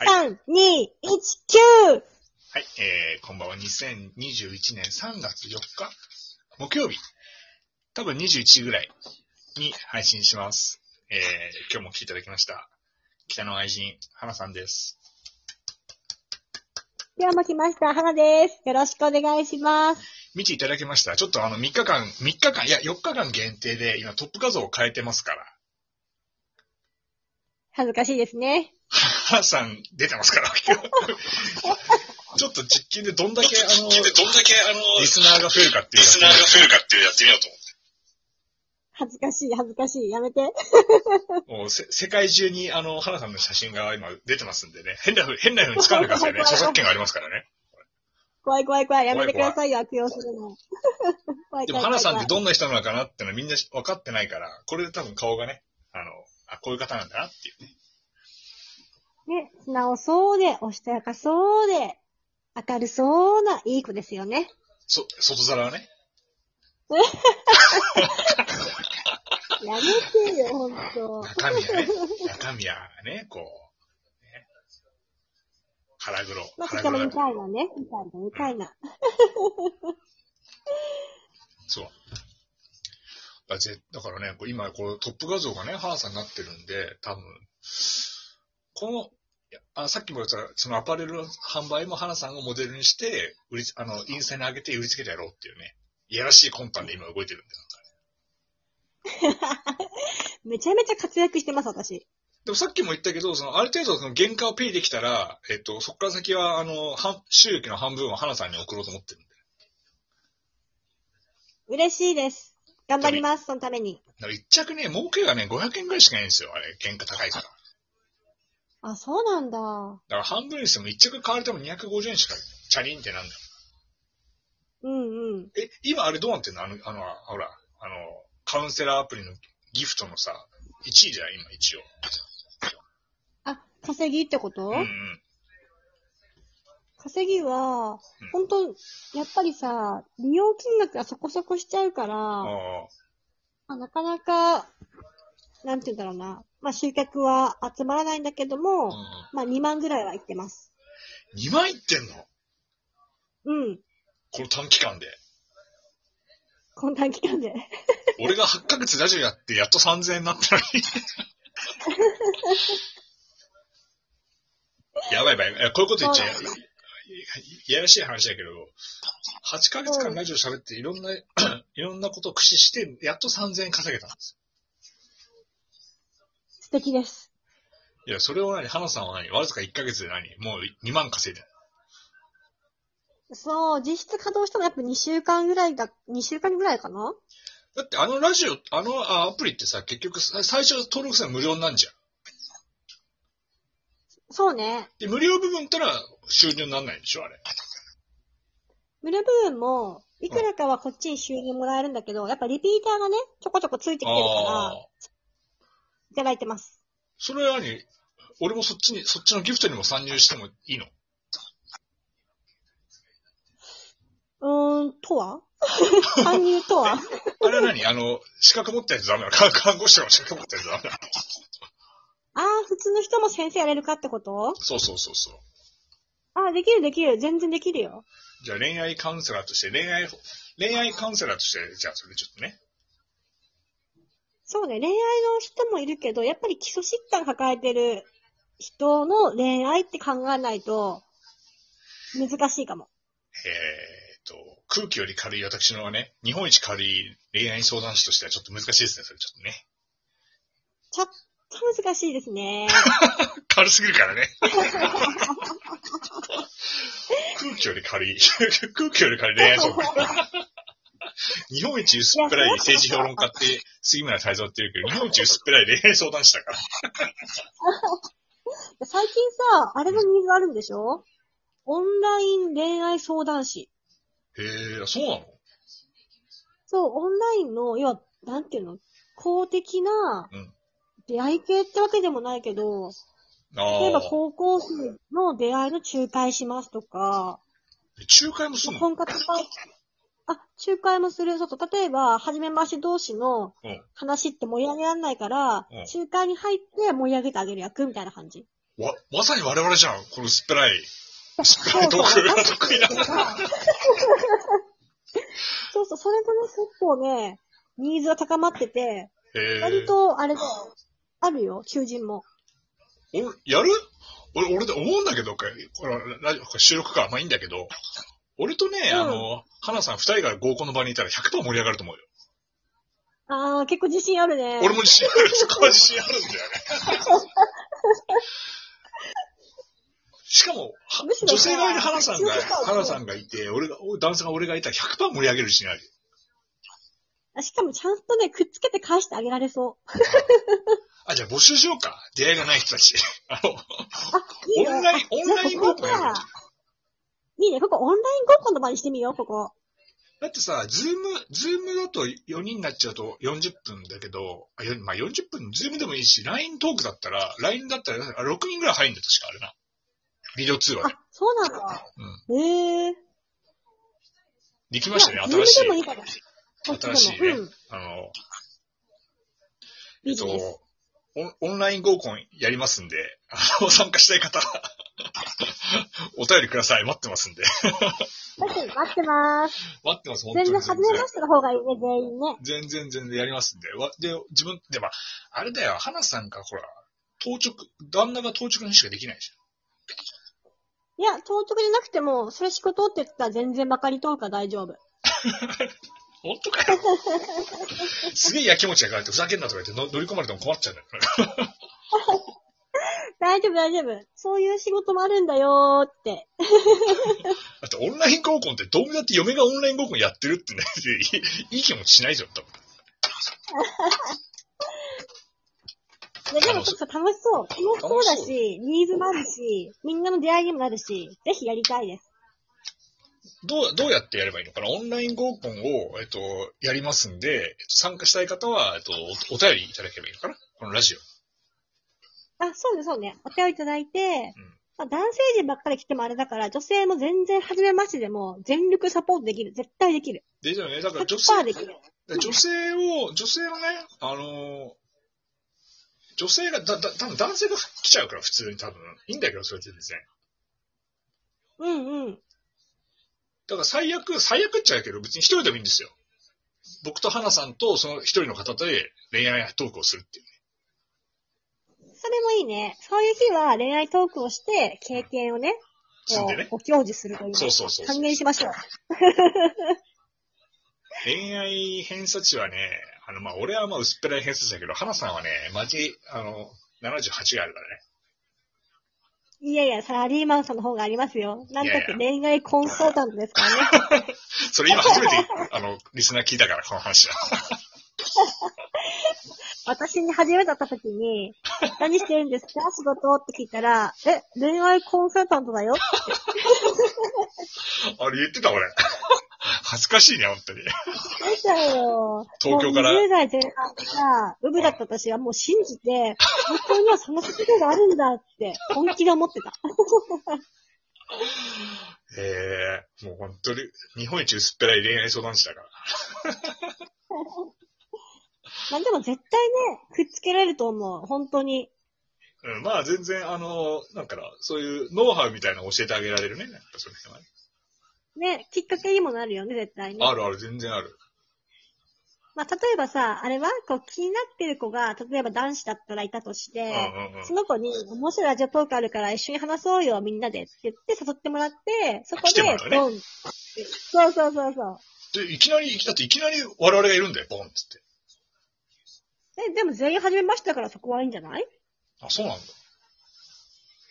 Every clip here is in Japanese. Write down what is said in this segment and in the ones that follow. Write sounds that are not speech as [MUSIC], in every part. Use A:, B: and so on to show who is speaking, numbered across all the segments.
A: 3、2、1、9!
B: はい、えー、こんばんは。2021年3月4日、木曜日、多分21時ぐらいに配信します。えー、今日も来ていただきました。北の愛人、花さんです。
A: では、巻きました。花です。よろしくお願いします。
B: 見ていただけましたちょっとあの3日間、3日間、いや4日間限定で今トップ画像を変えてますから、
A: 恥ずかしいですね。
B: 花さん出てますから、 [LAUGHS] 今日ちょっと実験でどんだけ [LAUGHS] あの、
C: 聞いてどんだけ、あの、
B: リ
C: リ
B: ス
C: ス
B: ナーが増えるかっていう。
C: ナーが増えるかっていうのやってみようと思って。
A: 恥ずかしい、恥ずかしい。やめて。
B: もうせ世界中にあの、花さんの写真が今出てますんでね。変なふう、変なふうに使わないでくださいね。
A: [LAUGHS]
B: 著作権がありますからね。
A: 怖い怖い怖い。やめてくださいよ、悪用するの。 [LAUGHS] 怖い怖い怖い
B: でも花さんってどんな人なのかなってのはみんな分かってないから、これで多分顔がね、あの、あ、こういう方なんだなっていうね。
A: ね、素直そうで、おしとやかそうで、明るそうな、いい子ですよね。
B: そ、外皿はね。
A: やめてよ、ほんと。
B: 中身
A: [LAUGHS]
B: はね。中身はね、こう。ね、腹黒。
A: ま
B: 腹
A: あ、こか
B: 黒
A: らみ
B: だ。
A: たいなね。みたいな、みたいな。
B: そう。だぜだからね、こう今こうトップ画像がね、花さんになってるんで、多分、この、いやあさっきも言った、そのアパレルの販売も花さんをモデルにして、売りつ、あの、インスタに上げて売りつけてやろうっていうね、いやらしい魂胆で今動いてるんだよ。
A: めちゃめちゃ活躍してます、私。
B: でもさっきも言ったけど、その、ある程度その原価をペイできたら、えっと、そこから先は、あの、半収益の半分を花さんに送ろうと思ってるんで。
A: 嬉しいです。頑張ります、そのために。
B: だから一着ね、儲けがね、500円ぐらいしかないんですよ、あれ。原価高いから。
A: あ、そうなんだ。
B: だから半分にしても1着買われても250円しかチャリンってなんだよ。
A: うんうん。
B: え、今あれどうなってんのあの、あの、ほら、あの、カウンセラーアプリのギフトのさ、1位じゃん、今一応。
A: あ、稼ぎってこと、
B: うんうん。
A: 稼ぎは、本当やっぱりさ、利用金額がそこそこしちゃうから、
B: あ
A: ま
B: あ。
A: あ、なかなか、なんて言うんだろうな。まあ、集客は集まらないんだけども、
B: うん
A: まあ、2万ぐらいはいってます。
B: うん。2万いってんの
A: うん。
B: この短期間で。
A: この短期間で。
B: 俺が8ヶ月ラジオやって、やっと3000円になったのに。 [LAUGHS] やばいやばい。いやこういうこと言っちゃい
A: そう
B: いやらしい話だけど、8ヶ月間ラジオ喋っていろんな、 [CLEARS THROAT] いろんなことを駆使して、やっと3000円稼げたんです。
A: [LAUGHS] 素敵です。
B: いや、それを何花さんは何わずか1ヶ月で何もう2万稼いだ。
A: そう、実質稼働したのやっぱ2週間ぐらいだ、2週間ぐらいかな
B: だってあのラジオ、あのあアプリってさ、結局さ最初登録するの無料なんじゃん。
A: そうね。
B: で、無料部分ったら収入になんないんでしょあれ。
A: 無料部分も、いくらかはこっちに収入もらえるんだけど、やっぱリピーターがね、ちょこちょこついてきてるから、
B: ー。
A: いただいてます。
B: それは何俺もそっちに、そっちのギフトにも参入してもいいの
A: うーん、とは [LAUGHS] 勧誘とは
B: あれは何あの、資格持ったやつダメなの看看護師の [LAUGHS] 資格持ったやつダメなの
A: ああ、普通の人も先生やれるかってこと
B: そうそうそうそう。
A: ああ、できるできる。全然できるよ。
B: じゃあ恋愛カウンセラーとして、恋愛、恋愛カウンセラーとして、じゃあそれちょっとね。
A: そうね、恋愛の人もいるけど、やっぱり基礎疾患抱えてる人の恋愛って考えないと、難しいかも。
B: えーっと、空気より軽い私のね、日本一軽い恋愛相談師としてはちょっと難しいですね、それちょっとね。
A: ちょっと難しいですね。
B: 軽すぎるからね。空気より軽い。 [LAUGHS] 空気より軽い恋愛相談。日本一薄っぺらい政治評論家って杉村太蔵って言うけど、日本一薄っぺらい恋愛相談師だから。
A: 最近さ、あれのニーズあるんでしょオンライン恋愛相談師。
B: へえ、そうなの
A: そう、オンラインの、要は、なんていうの公的な
B: うん、
A: 出会い系ってわけでもないけど、例えば
B: ああ。
A: 高校生の出会いの仲介しますとか、
B: 仲介もすんの
A: 婚活パーあ、仲介もする。そうそう。例えば、初めまして同士の
B: うん
A: 話って盛り上げられないから、
B: うん
A: 仲介に入って盛り上げてあげる役みたいな感じ。
B: わ、まさに我々じゃん。このすっぺらい。すっぺ
A: そ
B: らいう [LAUGHS] ト
A: そ
B: ーク
A: う。なん
B: が
A: か
B: 得意な。
A: そうそう、それもね、結構ね、ニーズが高まってて、
B: [LAUGHS] え
A: 割
B: ー、
A: と、あれだよ、あるよ、求人も。
B: おやる俺、俺で思うんだけど、これ、これラジオこれ収録か。まあいいんだけど、俺とね、
A: うん
B: あの、花さん二人が合コンの場にいたら100%盛り上がると思うよ。
A: あー、結構自信あるね。
B: 俺も自信ある。そこは自信あるんだよね。 [LAUGHS] しかも、は
A: むしろ
B: 女性側に花さんが
A: 強さを、
B: 花さんがいて、俺が、男性が俺がいたら100%盛り上げるしない。
A: あしかもちゃんとね、くっつけて返してあげられそう。
B: あ、じゃあ募集しようか。出会いがない人たち。 [LAUGHS] あの、
A: あ、いいよ。
B: オンライン、オンライン
A: じゃ
B: 合コ
A: あこ
B: ン
A: こ
B: やる
A: は、いいね、ここオンライン合コンの場にしてみよう、ここ。
B: だってさ、ズーム、ズームだと4人になっちゃうと40分だけど、あよまあ、40分、ズームでもいいし、LINE トークだったら、LINE だったらあ6人ぐらい入るんだよ、確かあれな。ビデオ通話で
A: あ。、そうなんだ。へえー。
B: でき
A: い
B: ましたね、
A: ズーム
B: 新しい
A: で。もいいかも。
B: 新しいね
A: うん。
B: あの、え
A: ビ
B: っ
A: ジ
B: と
A: ネス。、
B: オンオンライン合コンやりますんで、あの、参加したい方、 [LAUGHS] お便りください。待ってますんで。
A: 確かに待ってます。
B: 待ってます、本当
A: 全
B: に全
A: 然、初
B: 然。
A: めましての方がいいね、全員ね。
B: 全然全然やりますんで。わで、自分、で、まあ、あれだよ、花さんがほら、当直、旦那が当直にしかできないじ
A: いや、当直じゃなくても、それ仕事って言ったら全然まかり通るから大丈
B: ゃ
A: 夫。
B: ん。本当
A: [LAUGHS]
B: かよ。すげえやきもちやからって、ふざけんなとか言っての乗り込まれても困っちゃうんだから。
A: 大丈夫、大丈夫。そういう仕事もあるんだよーって。
B: [LAUGHS] だってオンライン合コンって、どう見だって嫁がオンライン合コンやってるってね、いいいい気持ちしないじゃん、多分。
A: ででもちょっと楽しそう。楽しそうだし、ニーズもあるし、みんなの出会いにもなるし、ぜひやりたいです。
B: どう、どうやってやればいいのかなオンライン合コンを、えっと、やりますんで、えっと参加したい方は、えっと、おお便りいただければいいのかなこのラジオ。
A: あ、そうね、そうね。お手をいただいて
B: うん、
A: まあ、男性陣ばっかり来てもあれだから、女性も全然初めましてでも、全力サポートできる。絶対できる。
B: で、じゃあね、だから女性
A: 100%できる。
B: 女性を、女性をね、あのー女性が、だ、だ、多分男性が来ちゃうから、普通に多分。いいんだけど、それ全然。
A: うんうん。
B: だから最悪、最悪っちゃうけど、別に一人でもいいんですよ。僕と花さんと、その一人の方で恋愛トークをするっていう。
A: それもいいね。そういう日は恋愛トークをして、経験をね、
B: 積んでね
A: こうご享受するというか。
B: そうそうそうそう
A: 還元しましょう。
B: 恋愛偏差値はね、あの、まあ、俺はまあ薄っぺらい偏差値だけど、花さんはね、マジ、あの、78があるからね。
A: いやいや、サラリーマンさんの方がありますよ。なんだっ
B: い
A: て
B: や
A: 恋愛コンサルタントですから
B: [LAUGHS]
A: ね。
B: それ今初め
A: [LAUGHS]
B: て、あの、リスナー聞いたから、この話は。
A: 私に初めて会った時に、何してるんですか仕事って聞いたら、え、恋愛コンサルタントだよ
B: あれ言ってた、俺。恥ずかしいね、本当に。
A: 出ちゃうよ。
B: 東京から
A: もう20代前半とか、ウブだった私はもう信じて、本当にはその世界があるんだって、本気で思ってた。
B: ええもう本当に、日本一薄っぺらい恋愛相談師だから。
A: まあでも絶対ね、くっつけられると思う。本当に。
B: うん、まあ全然、あの、なんかな、そういうノウハウみたいなの教えてあげられるね。やっぱその辺はね。
A: ね、きっかけにもなるよね、絶対に。
B: あるある、全然ある。
A: まあ、例えばさ、あれは、こう、気になってる子が、例えば男子だったらいたと
B: う
A: し
B: ん
A: て、
B: うんうん。
A: その子に、面白いラジオトークあるから一緒に話そうよ、みんなでって言って誘ってもらって、そこ
B: 来て
A: で、
B: もらうね
A: ドンってそうそうそうそう。
B: で、いきなり、だっていきなり我々がいるんだよ、ボンっつって。
A: え、でも全員始めましたからそこはいいんじゃない
B: あ、そうなんだ。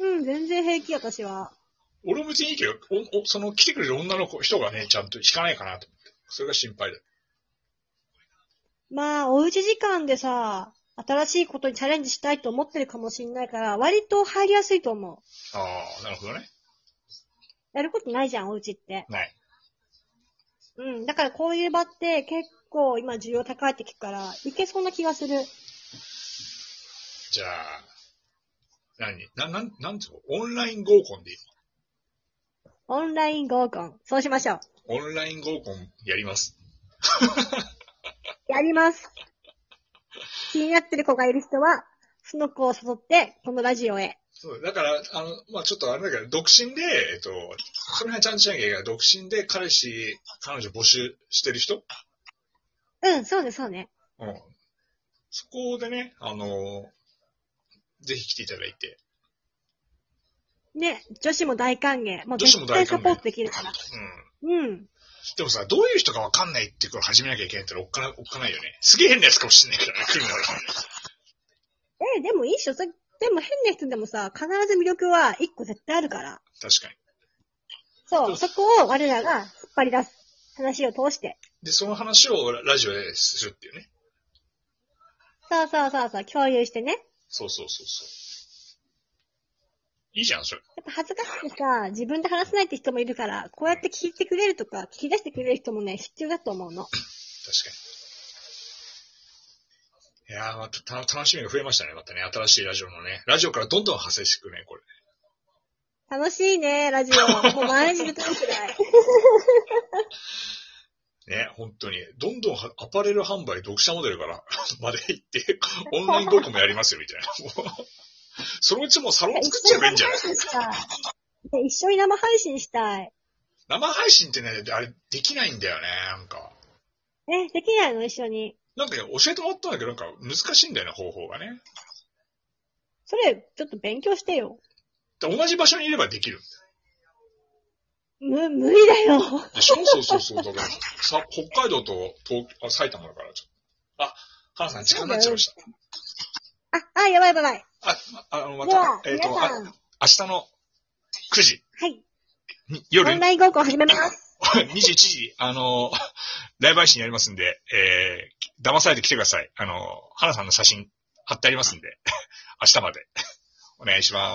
A: うん、全然平気、私は。
B: 俺も別にいいけど、おおその来てくれる女の子、人がね、ちゃんと引かないかなと思って。それが心配だよ。
A: まあ、おうち時間でさ、新しいことにチャレンジしたいと思ってるかもしんないから、割と入りやすいと思う。
B: ああ、なるほどね。
A: やることないじゃん、おうちって。
B: ない。
A: うん、だからこういう場って結構今需要高いって聞くから、いけそうな気がする。
B: じゃあ、何な、なん、なんつうのオンライン合コンでいい
A: オンライン合コン。そうしましょう。
B: のオンライン合コンやります。
A: やります。気になってる子がいる人は、その子を誘って、このラジオへ。
B: そう、だから、あの、まあちょっとあれだけど、独身で、えっと、その辺ちゃんとしなきゃいけないけど独身で彼氏、彼女募集してる人
A: うん、そうね、そうね。
B: うん。そこでね、あの、ぜひ来ていただいて。
A: ね、女子も大歓迎。もう
B: 女子も
A: 絶
B: 大歓迎
A: 対サポートできるから。
B: うん。
A: うん。
B: でもさ、どういう人かわかんないっていうから始めなきゃいけないってのはおっかなおっかないよね。すげえ変なやつかもしんないからね、来るなら。
A: え、でもいいっしょ。それでも変な人でもさ、必ず魅力は一個絶対あるから。
B: [LAUGHS] 確かに。
A: そう、そこを我らが引っ張り出す。話を通して。
B: で、その話をララジオでするっていうね。
A: そうそうそうそう、共有してね。
B: そうそうそうそう。いいじゃん、それ。
A: やっぱ恥ずかしくてさ、自分で話せないって人もいるから、こうやって聞いてくれるとか、聞き出してくれる人もね、必要だと思うの。
B: 確かに。いやー、またた楽しみが増えましたね、またね。新しいラジオのね。ラジオからどんどん派生してくね、これ。
A: 楽しいね、ラジオ。もう毎日ずっと見てない。
B: [LAUGHS] ね、本当に。どんどんはアパレル販売、読者モデルから [LAUGHS] まで行って、オンライン広告もやりますよ、みたいな。もうそのうちもうサロン作っちゃえばいいんじゃない
A: 一緒に生配信したい。ね一緒に生配信したい。
B: 生配信ってね、あれ、できないんだよね、なんか。
A: え、できないの一緒に。
B: なんかね教えてもらったんだけど、なんか難しいんだよね、方法がね。
A: それ、ちょっと勉強してよ。
B: で同じ場所にいればできる。
A: む、無理だよ。
B: でしょそうそうそう。だから、さ、北海道と東あ埼玉だから、ちょっと。あ、母さん、時間になっちゃいました。
A: あ、あ、やばいやばいやばい。
B: あ、ああの、ま
A: では
B: た、、えっ、
A: 皆
B: と、
A: さ
B: あ
A: ん、は
B: 明日の9時、
A: い。
B: に
A: オ
B: 夜
A: ンライン合コン始めます。
B: 21時、あの、ライブ配信やりますんで、えー、騙されて来てください。あの、花さんの写真貼ってありますんで、明日まで、お願いします。